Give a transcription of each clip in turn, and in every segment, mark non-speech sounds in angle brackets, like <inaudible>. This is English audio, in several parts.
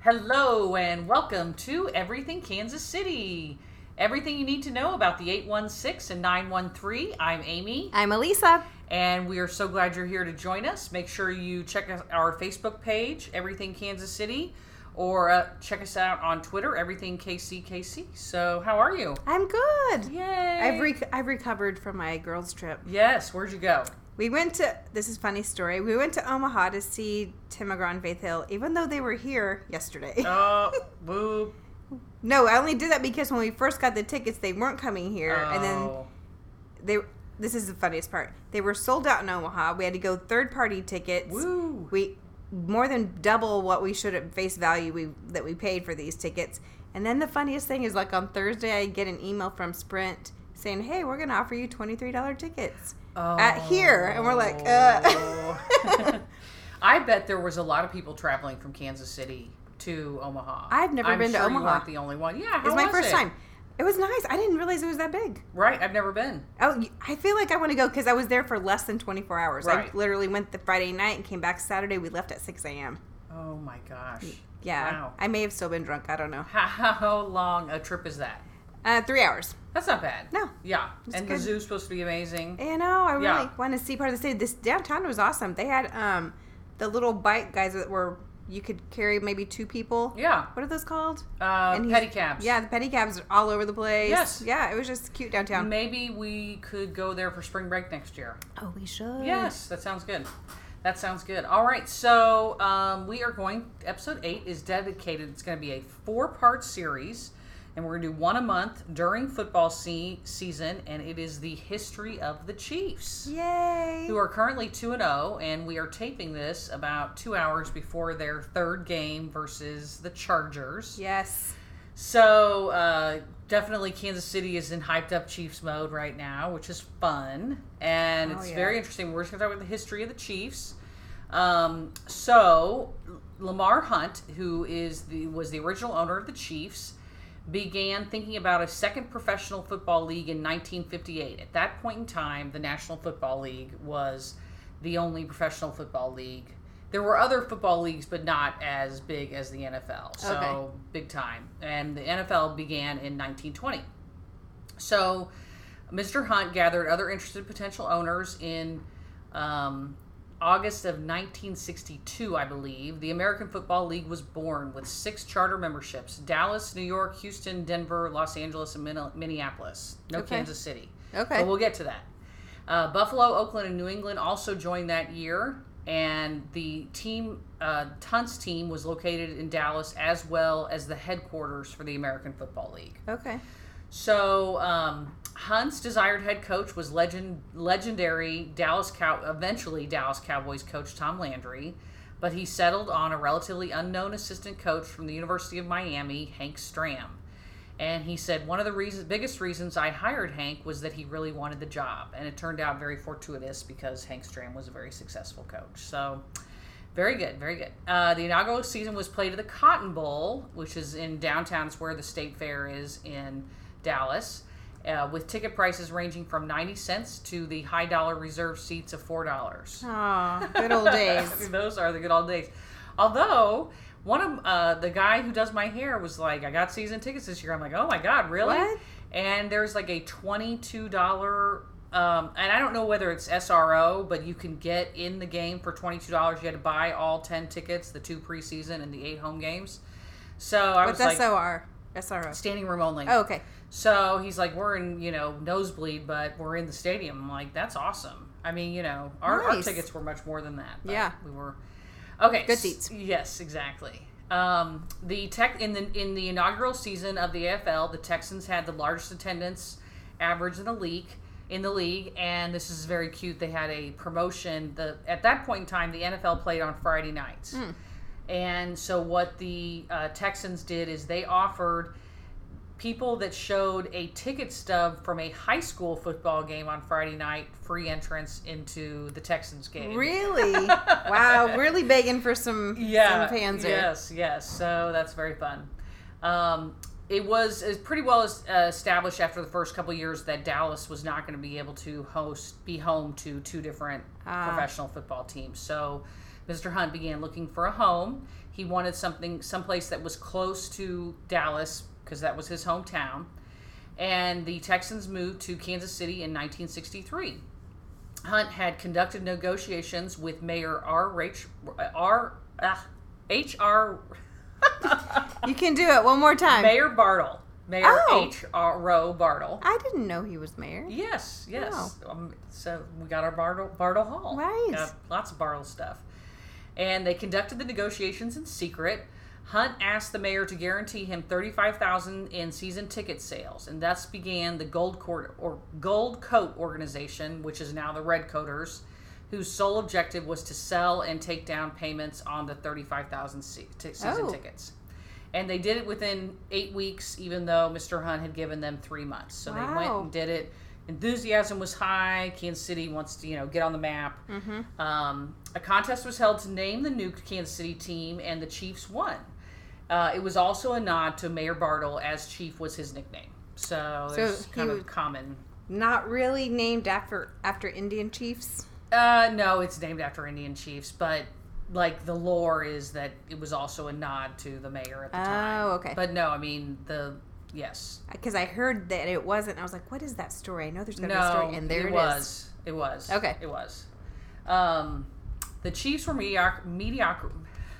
Hello and welcome to Everything Kansas City. Everything you need to know about the 816 and 913. I'm Amy, I'm Elisa. and we are so glad you're here to join us. Make sure you check us- our Facebook page, Everything Kansas City, or uh, check us out on Twitter, Everything KCKC. So, how are you? I'm good. Yay! I've, rec- I've recovered from my girls' trip. yes, where'd you <laughs> go? We went to, this is a funny story. We went to Omaha to see Tim McGraw and Faith Hill, even though they were here yesterday. Oh, boo. <laughs> No, I only did that because when we first got the tickets, they weren't coming here. And then Oh. they, this is the funniest part. They were sold out in Omaha. We had to go third party tickets. Woo. We, more than double what we should at face value we, that we paid for these tickets. And then the funniest thing is, like on Thursday, I get an email from Sprint saying, "Hey, we're gonna offer you twenty three dollar tickets at here," and we're like, uh. <laughs> Oh. <laughs> I bet there was a lot of people traveling from Kansas City to Omaha. I've never I'm been to sure You Omaha. weren't the only one. Yeah, how "It's my was first it? time." It was nice. I didn't realize it was that big. Right, I've never been. Oh, y- I feel like I want to go because I was there for less than 24 hours. Right. I literally went the Friday night and came back Saturday. We left at 6 a.m. Oh my gosh. Yeah. Wow. I may have still been drunk. I don't know. How long a trip is that? Uh, three hours. That's not bad. No. Yeah, It's and the good. zoo's supposed to be amazing. You know, I really Yeah. want to see part of the city. This downtown was awesome. They had um, the little bike guys that were, you could carry maybe two people. Yeah. What are those called? Uh, And he's- pedicabs. Yeah, the pedicabs are all over the place. Yes. Yeah, it was just cute downtown. Maybe we could go there for spring break next year. Oh, we should. Yes, that sounds good. That sounds good. All right, so um, we are going. Episode eight is dedicated. It's going to be a four-part series, and we're going to do one a month during football se- season. And it is the history of the Chiefs, Yay. who are currently two and zero. And we are taping this about two hours before their third game versus the Chargers. Yes. So uh, definitely, Kansas City is in hyped up Chiefs mode right now, which is fun and Oh, it's yeah. very interesting. We're just going to talk about the history of the Chiefs. Um, so Lamar Hunt, who is the was the original owner of the Chiefs, began thinking about a second professional football league in 1958. At that point in time, the National Football League was the only professional football league. There were other football leagues, but not as big as the NFL. So Okay. big time. And the NFL began in 1920. So Mr. Hunt gathered other interested potential owners in um, August of 1962, I believe. The American Football League was born with six charter memberships Dallas, New York, Houston, Denver, Los Angeles, and Min- Minneapolis. No Okay. Kansas City. Okay. But we'll get to that. Uh, Buffalo, Oakland, and New England also joined that year, and the team, uh, Tunt's team, was located in Dallas as well as the headquarters for the American Football League. Okay. So um, Hunt's desired head coach was legend legendary Dallas Cow eventually Dallas Cowboys coach Tom Landry, but he settled on a relatively unknown assistant coach from the University of Miami, Hank Stram. And he said one of the reasons, biggest reasons I hired Hank was that he really wanted the job, and it turned out very fortuitous because Hank Stram was a very successful coach. So, very good, very good. Uh, the inaugural season was played at the Cotton Bowl, which is in downtown. It's where the state fair is in Dallas, uh, with ticket prices ranging from 90 cents to the high dollar reserve seats of $4. Oh, good old days. Those are the good old days. Although, one of uh, the guy who does my hair was like, I got season tickets this year. I'm like, oh my God, really? What? And there's like a $22. Um, and I don't know whether it's SRO, but you can get in the game for twenty-two dollars. You had to buy all ten tickets, the two preseason and the eight home games. So <laughs> I What's was like, SOR? SRO. standing room only. Oh, okay. So he's like, we're in, you know, nosebleed, but we're in the stadium. I'm like, that's awesome. I mean, you know, our, our Nice. tickets were much more than that. but Yeah. we were. Okay, Good s- seats. Yes, exactly. Um, the tech in the in the inaugural season of the AFL, the Texans had the largest attendance average in the league. In the league, and this is very cute. They had a promotion. The at that point in time, the NFL played on Friday nights. Hmm. And so, what the uh, Texans did is they offered people that showed a ticket stub from a high school football game on Friday night free entrance into the Texans game. <laughs> Really? wow, really begging for some, Yeah. some fans there. yes, yes. So that's very fun. Um, it was it's pretty well es- uh, established after the first couple years that Dallas was not going to be able to host, be home to two different professional football teams. So Mr. Hunt began looking for a home. He wanted something, someplace that was close to Dallas because that was his hometown. And the Texans moved to Kansas City in 1963. Hunt had conducted negotiations with Mayor R. Rach, R. ah, H.R. You can do it one more <laughs> time. Mayor Bartle. Mayor Oh. H.R. Roe Bartle. I didn't know he was mayor. Yes, yes. Um, so we got our Bartle, Bartle Hall. Right. Got lots of Bartle stuff. And they conducted the negotiations in secret. Hunt asked the mayor to guarantee him thirty-five thousand in season ticket sales, and thus began the Gold Court or Gold Coat organization, which is now the Red Coaters, whose sole objective was to sell and take down payments on the thirty-five thousand se- t- season Oh. tickets. And they did it within eight weeks, even though Mr. Hunt had given them three months. So they went Wow. and did it. Enthusiasm was high. Kansas City wants to, you know, get on the map. Mm-hmm. Um, a contest was held to name the new Kansas City team, and the Chiefs won. Uh, it was also a nod to Mayor Bartle, as Chief was his nickname. So, So it's he kind of was- common. Not really named after after Indian chiefs. Uh, no, it's named after Indian chiefs, but like the lore is that it was also a nod to the mayor at the time. Oh, okay. But no, I mean the yes, Because I heard that it wasn't. I was like, what is that story? I know there's going to be a no, story. And there it is. was. It was Okay. It was. Um, the Chiefs were mediocre. Mediocre.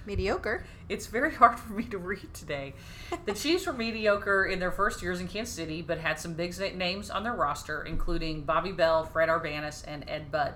Mediocre. It's very hard <laughs> for me to read today. The Chiefs were mediocre in their first years in Kansas City, but had some big na- names on their roster, including Bobby Bell, Fred Arbanis, and Ed Budd.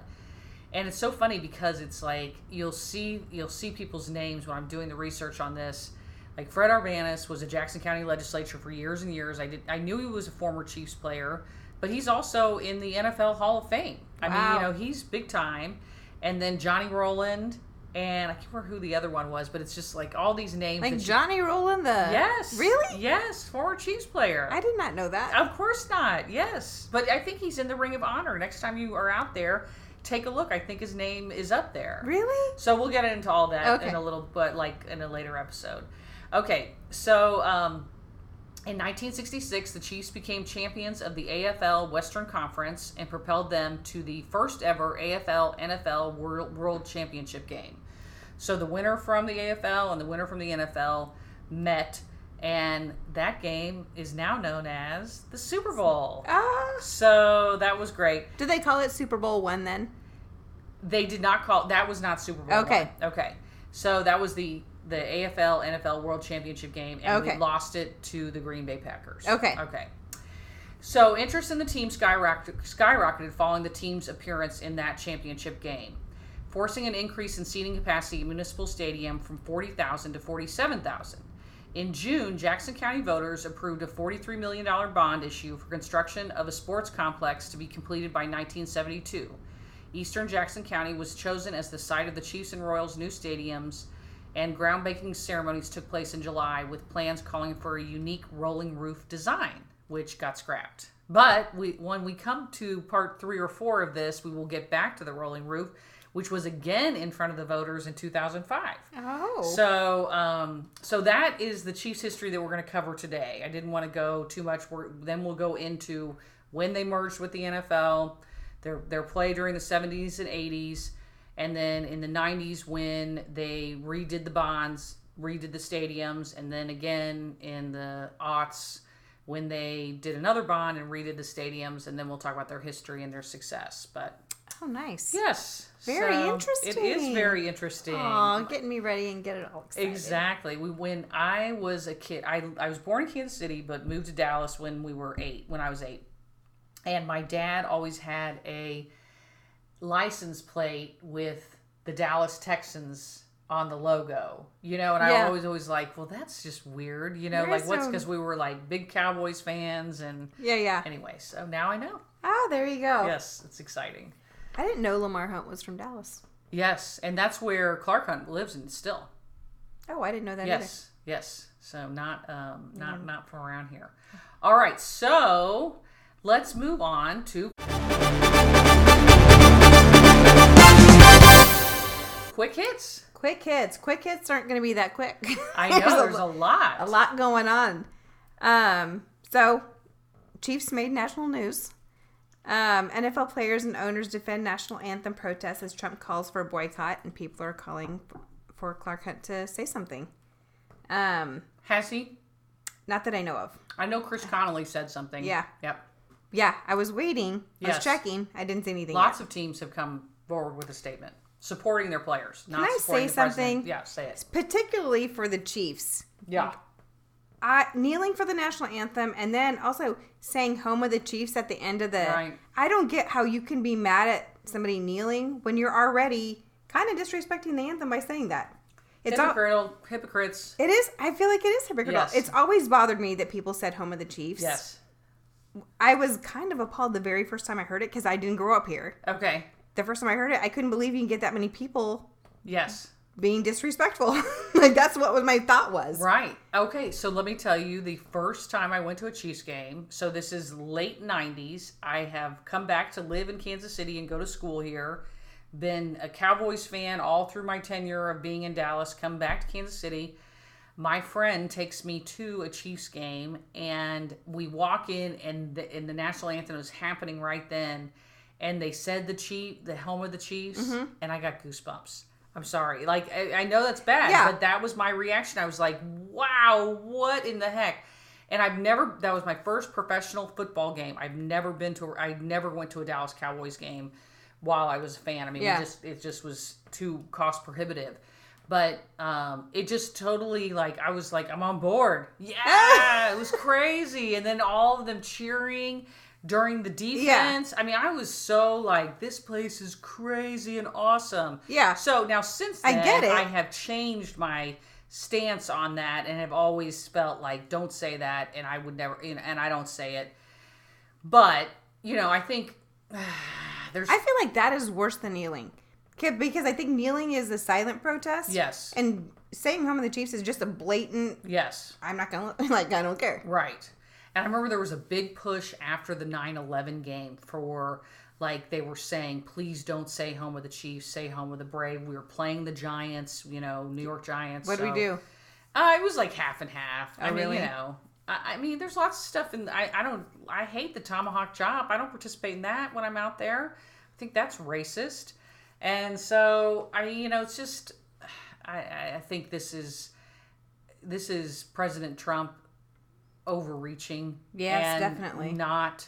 And it's so funny because it's like you'll see you'll see people's names when I'm doing the research on this. Like Fred Arbanis was a Jackson County legislature for years and years. I did I knew he was a former Chiefs player, but he's also in the NFL Hall of Fame. I mean, you Wow. know, he's big time. And then Johnny Roland and I can't remember who the other one was, but it's just like all these names. Like that you- Johnny Roland the. <laughs> yes, Really? yes, former Chiefs player. I did not know that. Of course not. Yes, but I think he's in the Ring of Honor. Next time you are out there, take a look. I think his name is up there. Really? So we'll get into all that Okay. in a little, but like in a later episode. Okay, so um, in 1966, the Chiefs became champions of the AFL Western Conference and propelled them to the first ever AFL NFL World, World Championship game. So the winner from the AFL and the winner from the NFL met, and that game is now known as the Super Bowl. Ah. So that was great. do they call it Super Bowl one then? They did not call that was not Super Bowl. Okay. one. Okay. So that was the the AFL NFL World Championship game and we Okay. lost it to the Green Bay Packers. Okay. Okay. So interest in the team skyrocketed, skyrocketed following the team's appearance in that championship game, forcing an increase in seating capacity at Municipal Stadium from 40,000 to 47,000. In June, Jackson County voters approved a $43 million bond issue for construction of a sports complex to be completed by 1972. Eastern Jackson County was chosen as the site of the Chiefs and Royals' new stadiums, and groundbreaking ceremonies took place in July with plans calling for a unique rolling roof design, which got scrapped. But we, when we come to part three or four of this, we will get back to the rolling roof, which was again in front of the voters in 2005. Oh. So, um, so that is the Chiefs' history that we're going to cover today. I didn't want to go too much. We're, then we'll go into when they merged with the NFL, their their play during the '70s and '80s, and then in the '90s when they redid the bonds, redid the stadiums, and then again in the aughts when they did another bond and redid the stadiums. And then we'll talk about their history and their success. But oh, nice. yes, Very It is interesting. very interesting. Aw, getting me ready and get it all excited. Exactly. We when I was a kid, I I was born in Kansas City, but moved to Dallas when we were eight. When I was eight, and my dad always had a license plate with the Dallas Texans on the logo. You know, and I Yeah. always always like, well, that's just weird. You know, There like is what's some- because we were like big Cowboys fans, and Yeah, yeah. anyway, so now I know. Ah, there you go. Yes, it's exciting. I didn't know Lamar Hunt was from Dallas. Yes, and that's where Clark Hunt lives and still. Oh, I didn't know that Yes, yes. So not um, not not from around here. All right, so let's move on to quick hits. either. Quick hits. Quick hits aren't going to be that quick. <laughs> I know <laughs> there's a lo- lot. a lot going on. Um, so Chiefs made national news. Um, NFL players and owners defend national anthem protests as Trump calls for a boycott, and people are calling f- for Clark Hunt to say something. Um, Has he? not that I know of. I know Chris Connolly said something. Yeah. Yep. Yeah, I was waiting. I Yes. was checking. I didn't see anything. Lots of teams have come forward with a statement supporting their players. Not Can I supporting say the president. something? Yeah, say it. yet. particularly for the Chiefs. Yeah. I, kneeling for the national anthem and then also saying "Home of the Chiefs" at the end of the. Right. I don't get how you can be mad at somebody kneeling when you're already kind of disrespecting the anthem by saying that. It's all, Hypocritical, hypocrites. it is. I feel like it is hypocritical. Yes. It's always bothered me that people said "Home of the Chiefs." Yes. I was kind of appalled the very first time I heard it because I didn't grow up here. Okay. The first time I heard it, I couldn't believe you can get that many people Yes. being disrespectful. <laughs> like that's what was my thought was. Right. Okay. So let me tell you the first time I went to a Chiefs game. So this is late 90s. I have come back to live in Kansas City and go to school here. Been a Cowboys fan all through my tenure of being in Dallas. Come back to Kansas City. My friend takes me to a Chiefs game, and we walk in, and the, and the national anthem is happening right then. And they said the chief, the home of the Chiefs, and I got goosebumps. I'm sorry, like I, I know that's bad, Yeah. but that was my reaction. I was like, wow, what in the heck? And I've never, that was my first professional football game. I've never been to, I never went to a Dallas Cowboys game while I was a fan. I mean, Yeah. it, just, it just was too cost prohibitive. But um, it just totally, like, I was like, I'm on board. <laughs> Yeah, it was crazy. And then all of them cheering during the defense. I mean, I was so like, this place is crazy and awesome. Yeah. So now since I then, get it. I have changed my stance on that and have always felt like don't say that and I would never and and I don't say it. But, you know, I think there's I feel like that is worse than kneeling. 'Kay, Because I think kneeling is a silent protest. yes. And saying home of the Chiefs is just a blatant, yes. I'm not going to, <laughs> like, I don't care. Right. And I remember there was a big push after the 9 11 game for, like, they were saying, please don't say home of the Chiefs, say home of the Brave. We were playing the Giants, you know, New York Giants. What do we so- do? Uh, it was like half and half. I mean, Oh, really? you know, I, I mean, there's lots of stuff in. I, I don't. I hate the tomahawk chop. I don't participate in that when I'm out there. I think that's racist. And so I, you know, it's just. I- I, I think this is, this is President Trump overreaching. Yes, and definitely. Not,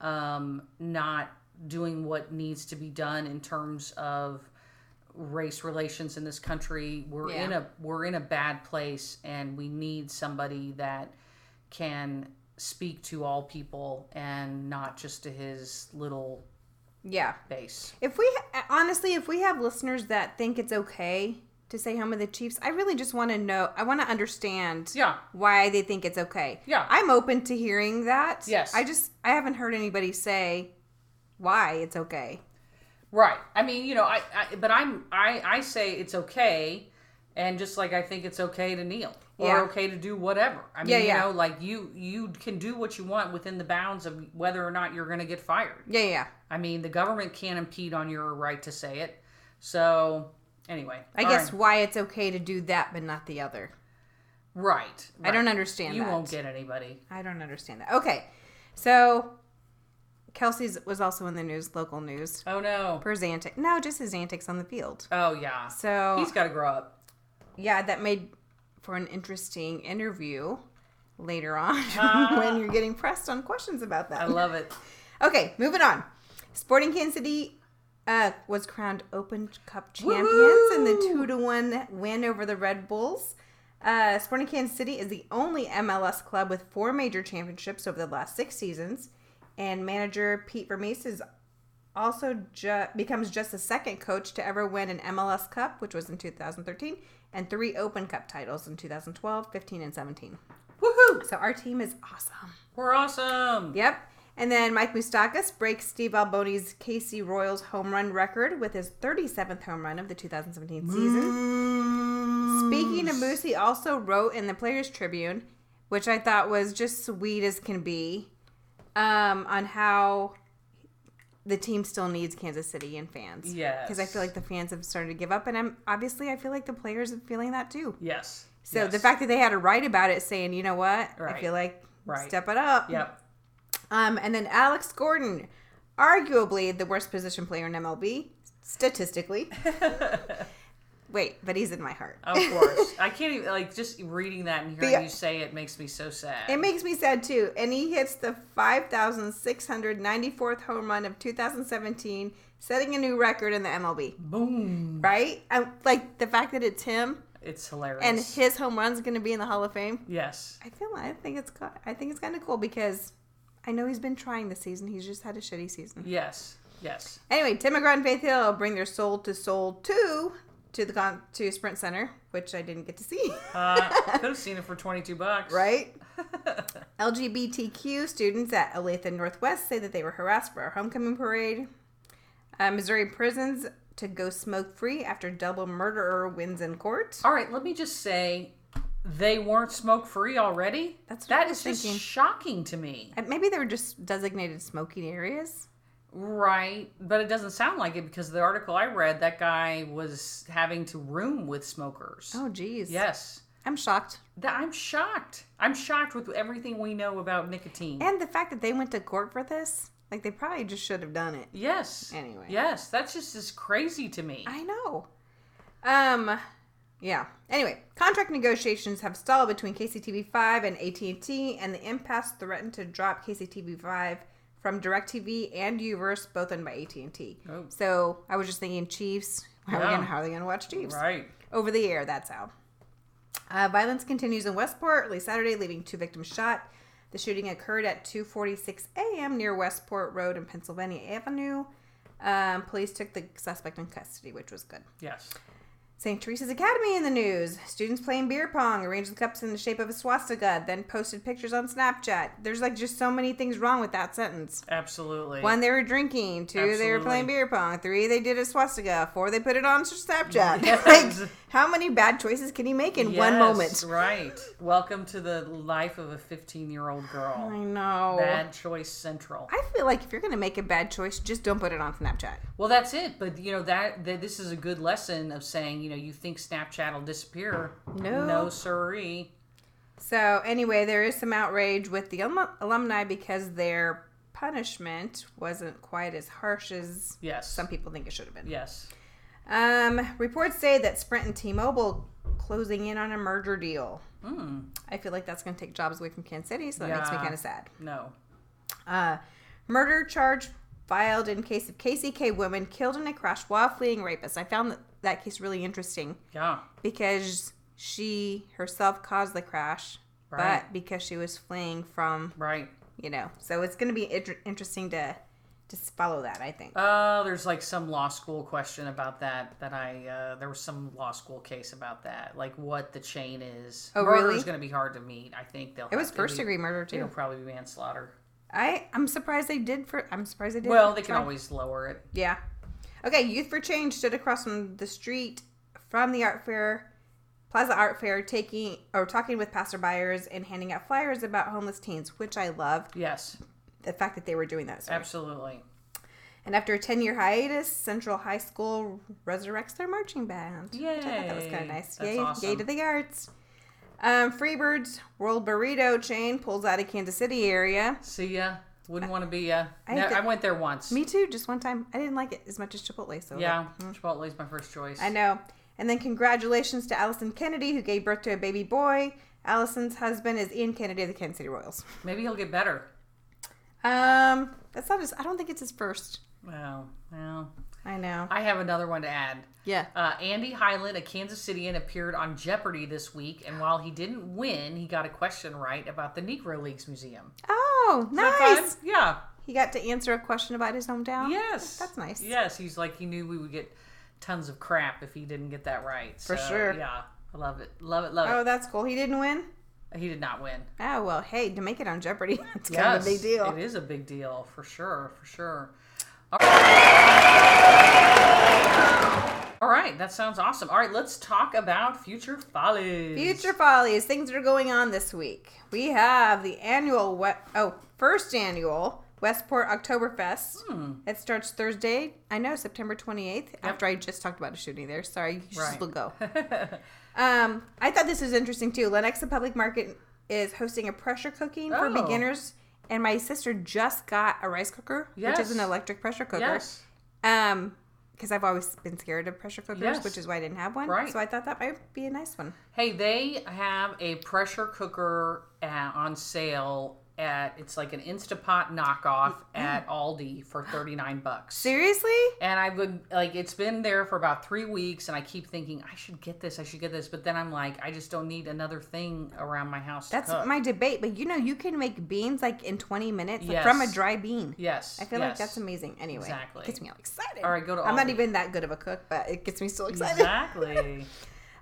um, not doing what needs to be done in terms of race relations in this country. We're Yeah. in a we're in a bad place, and we need somebody that can speak to all people and not just to his little Yeah. base. If we, honestly, if we have listeners that think it's okay to say home of the Chiefs, I really just want to know, I want to understand Yeah. why they think it's okay. Yeah. I'm open to hearing that. Yes. I just, I haven't heard anybody say why it's okay. Right. I mean, you know, I, I but I'm I I say it's okay, and just like I think it's okay to kneel or Yeah. okay to do whatever. I mean, Yeah, yeah. you know, like you you can do what you want within the bounds of whether or not you're going to get fired. Yeah, yeah. I mean, the government can't impede on your right to say it. So anyway, I all guess right. why it's okay to do that, but not the other. right. I don't right. understand You that. won't get anybody. I don't understand that. Okay. So Kelsey's was also in the news, local news, Oh no. for his antics. No, just his antics on the field. Oh yeah. So He's got to grow up. yeah, that made for an interesting interview later on <laughs> when you're getting pressed on questions about I that. love it. okay, moving on. Sporting Kansas City uh, was crowned Open Cup champions in the two to one win over the Red Bulls. Uh, Sporting Kansas City is the only MLS club with four major championships over the last six seasons, and manager Pete Vermees is also ju- becomes just the second coach to ever win an MLS Cup, which was in 2013, and three Open Cup titles in 2012, 15, and 17. Woohoo! So our team is awesome. We're awesome. Yep. And then Mike Moustakas breaks Steve Alboni's KC Royals home run record with his 37th home run of the 2017 season. Speaking of Moose, he also wrote in the Players Tribune, which I thought was just sweet as can be, um, on how the team still needs Kansas City and fans. Yes. Because I feel like the fans have started to give up, and I'm obviously I feel like the players are feeling that too. Yes. So Yes. the fact that they had to write about it, saying, you know what, I Right. feel like Right. step it up. Yep. <laughs> Um, and then Alex Gordon, arguably the worst position player in MLB statistically. Wait, but he's in my heart. Of course. I can't even, like, just reading that and hearing The- you say it makes me so sad. It makes me sad too. And he hits the 5,694th home run of 2017, setting a new record in the MLB. Boom. Right? I, like the fact that it's him It's hilarious. and his home run's going to be in the Hall of Fame. yes. I feel I think it's co- I think it's kind of cool because I know he's been trying this season. He's just had a shitty season. Yes. Yes. <laughs> Anyway, Tim McGraw and Faith Hill bring their Soul to Soul 2 to the con- to Sprint Center, which I didn't get to see. <laughs> Uh, could have seen it for 22 bucks. right? LGBTQ students at Olathe Northwest say that they were harassed for our homecoming parade. Uh, Missouri prisons to go smoke free after double murderer wins in court. All right, let me just say they weren't smoke free already. That's what That I was is just thinking. shocking to me. Uh, Maybe they were just designated smoking areas. Right, but it doesn't sound like it because the article I read that guy was having to room with smokers. Oh, geez. Yes. I'm shocked. That I'm shocked. I'm shocked with everything we know about nicotine. And the fact that they went to court for this, like they probably just should have done it. yes. Anyway. Yes, that's just is crazy to me. I know. Um, yeah. Anyway, contract negotiations have stalled between KCTV Five and AT and T, and the impasse threatened to drop KCTV Five from DirecTV and UVerse, both owned by AT and T. Oh. So I was just thinking, Chiefs. How, are we Yeah. gonna, how are they going to watch Chiefs? Right. Over the air, that's how. Uh, violence continues in Westport early Saturday, leaving two victims shot. The shooting occurred at 2:46 a.m. near Westport Road and Pennsylvania Avenue. Um, police took the suspect in custody, which was good. Yes. St. Teresa's Academy in the news. Students playing beer pong, arranged the cups in the shape of a swastika, then posted pictures on Snapchat. There's like just so many things wrong with that sentence. Absolutely. One, they were drinking. Two, they were Absolutely. playing beer pong. Three, they did a swastika. Four, they put it on <laughs> Snapchat. Yes. like, how many bad choices can you make in one Yes, moment? Right. Welcome to the life of a 15-year-old girl. I know. Bad choice central. I feel like if you're going to make a bad choice, just don't put it on Snapchat. Well, that's it. But you know that, that this is a good lesson of saying, you know, you think Snapchat will disappear? No. no, sorry. So, anyway, there is some outrage with the alum- alumni because their punishment wasn't quite as harsh as Yes, some people think it should have been. yes, Um, reports say that Sprint and T-Mobile closing in on a merger deal. Hmm. I feel like that's going to take jobs away from Kansas City, so that makes me Yeah. kind of sad. no, Uh, murder charge filed in case of KCK woman killed in a crash while fleeing rapist. I found that, that case really interesting yeah, because she herself caused the crash, Right. but because she was fleeing from, right. you know, so it's going to be inter- interesting to just follow that. I think. Oh, there's like some law school question about that. That I uh, there was some law school case about that, like what the chain is. Oh, Murder really? is going to be hard to meet. I think they'll. it was first degree murder It'll too. probably be manslaughter. I I'm surprised they did for. I'm surprised they did. Well, for they can tri- always lower it. Yeah. Okay, Youth for Change stood across from the street from the art fair, Plaza Art Fair, taking or talking with passerbyers and handing out flyers about homeless teens, which I love Yes, the fact that they were doing that. Sorry. absolutely. And after a 10 year hiatus, Central High School resurrects their marching band. Which I thought that was kind Yay. of nice. That's yay, yay awesome. to the arts. Um, Freebird's World Burrito chain pulls out of Kansas City area. See ya. Wouldn't want to be ya. I I, no, think- I went there once. Me too, just one time. I didn't like it as much as Chipotle, so hmm. yeah, Chipotle's my first choice. I know. And then congratulations to Allison Kennedy, who gave birth to a baby boy. Allison's husband is Ian Kennedy of the Kansas City Royals. Maybe he'll get better. Um, that's not his. I don't think it's his first. Well, well, I know. I have another one to add. Yeah. Uh, Andy Hyland, a Kansas Cityan, appeared on Jeopardy this week, and while he didn't win, he got a question right about the Negro Leagues Museum. Oh, Isn't that nice. fun? Yeah. He got to answer a question about his hometown. Yes. That's nice. Yes, he's like he knew we would get tons of crap if he didn't get that right. For So, sure. Yeah. I love it. Love it. Love Oh, that's cool. He didn't win. it. He did not win. Oh well, hey, to make it on Jeopardy, <laughs> that's kind of a big deal. It is a big deal for sure, for sure. All right, that sounds awesome. All right, let's talk about future follies. <laughs> Future Follies, things that are going on this week. We have the annual, we- oh, first annual Westport Oktoberfest. Hmm. It starts Thursday, I know, September 28th, after I just talked about a shooting there. Sorry, you should Right. <laughs> still go. um, I thought this was interesting too. Lenexa Public Market is hosting a pressure cooking for Oh. beginners And my sister just got a rice cooker, which Yes. is an electric pressure cooker. Yes. Um, because I've always been scared of pressure cookers, Yes. which is why I didn't have one. Right. So I thought that might be a nice one. Hey, they have a pressure cooker uh on sale at it's like an Instapot knockoff Mm. at Aldi for thirty nine bucks. Seriously? And I've been like, it's been there for about three weeks, and I keep thinking I should get this, I should get this, but then I'm like, I just don't need another thing around my house. to That's cook. my debate. But you know, you can make beans like in 20 minutes like, from a Yes. dry bean. yes. I feel like yes. that's amazing. Anyway, Exactly. it gets me all excited. All right, go to I'm not Aldi. even that good of a cook, but it gets me so excited. <laughs> exactly.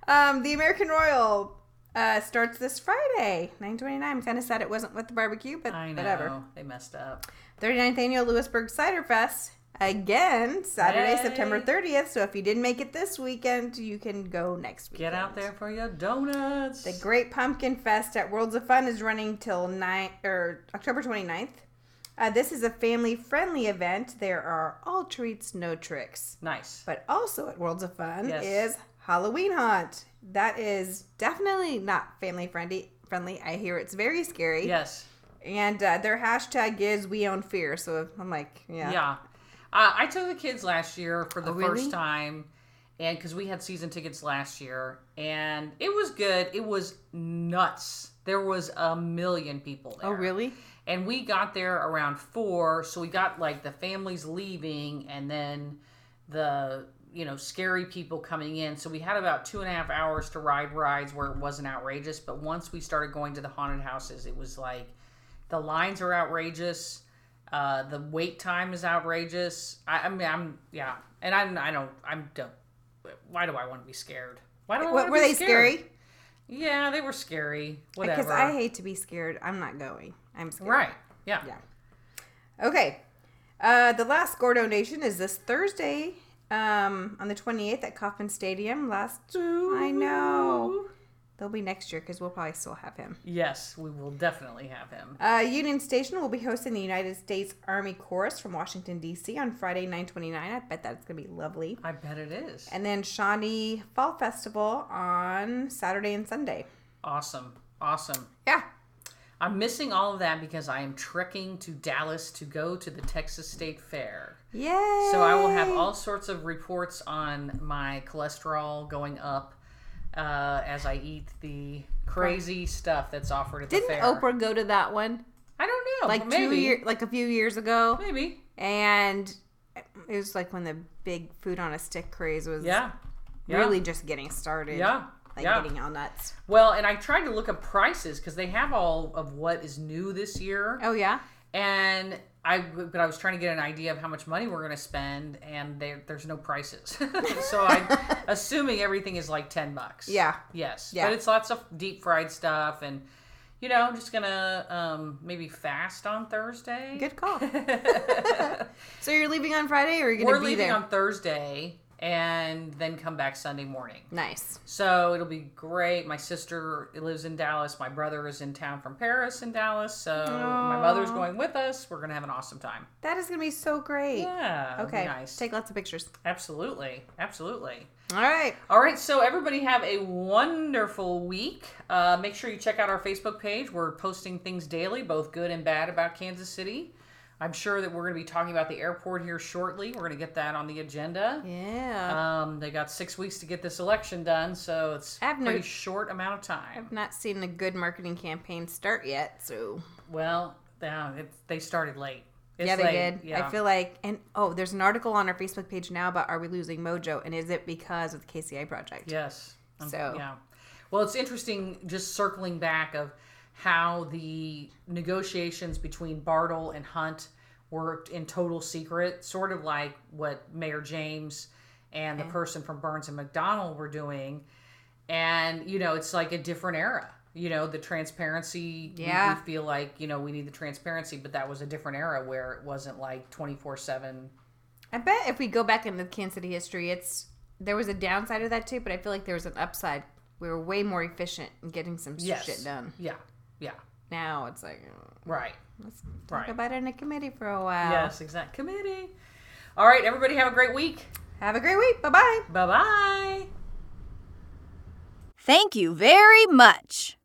Um, the American Royal uh, starts this Friday, 9:29. I'm kind of sad it wasn't with the barbecue, but I know whatever. they messed up. 39th annual Lewisburg Cider Fest again, Saturday, Hey. September 30th. So if you didn't make it this weekend, you can go next weekend. Get out there for your donuts. The Great Pumpkin Fest at Worlds of Fun is running till 9 or October 29th. Uh, this is a family-friendly event. There are all treats, no tricks. nice. But also at Worlds of Fun Yes. is Halloween Haunt. That is definitely not family friendly. Friendly, I hear it's very scary. Yes. And uh, their hashtag is We Own Fear. So I'm like, yeah. Yeah. Uh, I took the kids last year for the Oh, really? first time, and because we had season tickets last year, and it was good. It was nuts. There was a million people there. Oh, really? And we got there around four, so we got like the families leaving, and then the you know scary people coming in. So we had about two and a half hours to ride rides where it wasn't outrageous. But once we started going to the haunted houses, it was like the lines are outrageous. Uh, the wait time is outrageous. I, I mean, I'm yeah, and I'm I don't I'm don't. Why do I want to be scared? Why do I want What, to were be they scared? scary? Yeah, they were scary. Whatever. Because I hate to be scared. I'm not going. I'm scared. right. Yeah. Yeah. Okay. Uh, the last gore donation is this Thursday um, on the 28th at Kauffman Stadium. Last, I know. They'll be next year because we'll probably still have him. Yes, we will definitely have him. Uh, Union Station will be hosting the United States Army Chorus from Washington, D.C. on Friday, 929. I bet that's going to be lovely. I bet it is. And then Shawnee Fall Festival on Saturday and Sunday. Awesome. Awesome. Yeah. I'm missing all of that because I am trekking to Dallas to go to the Texas State Fair. Yay. So I will have all sorts of reports on my cholesterol going up uh, as I eat the crazy stuff that's offered at Didn't the fair. Oprah go to that one I don't know. like but maybe. two year, like a few years ago? Maybe. And it was like when the big food on a stick craze was Yeah. Yeah. really just getting started. Yeah. Like yeah. getting all nuts. Well, and I tried to look up prices because they have all of what is new this year. Oh yeah. and I but I was trying to get an idea of how much money we're going to spend, and there, there's no prices. <laughs> so I'm <laughs> assuming everything is like ten bucks. Yeah. Yes. Yeah. But it's lots of deep fried stuff, and you know, I'm just gonna um, maybe fast on Thursday. <laughs> Good call. <laughs> so you're leaving on Friday, or you're going We're to be leaving there? on Thursday, and then come back Sunday morning. nice. So it'll be great. My sister lives in Dallas. My brother is in town from Paris in Dallas. So my mother's going with us. We're gonna have an awesome time. That is going to be so great. Yeah. it'll be Okay. Nice. Take lots of pictures. Absolutely. Absolutely. All right. All right. So, everybody have a wonderful week. Uh, make sure you check out our Facebook page. We're posting things daily, both good and bad, about Kansas City. I'm sure that we're going to be talking about the airport here shortly. We're going to get that on the agenda. Yeah. Um, they got six weeks to get this election done, so it's I a have no- pretty short amount of time. I've not seen a good marketing campaign start yet, so Well, yeah, it, they started late. It's yeah, they late. did. Yeah. I feel like, and oh, there's an article on our Facebook page now about are we losing mojo, and is it because of the KCI project? Yes. Um, So- yeah. Well, it's interesting just circling back of how the negotiations between Bartle and Hunt worked in total secret, sort of like what Mayor James and the person from Burns and McDonald were doing. And, you know, it's like a different era. You know, the transparency, we- Yeah. we feel like, you know, we need the transparency, but that was a different era where it wasn't like 24 7 I bet if we go back into Kansas City history, it's there was a downside of that too, but I feel like there was an upside. We were way more efficient in getting some Yes. shit done. Yeah. Yeah. Now it's like uh, Right. let's talk Right. about it in a committee for a while. Yes, exact committee. All right, everybody have a great week. Have a great week. Bye bye. Bye bye. Thank you very much.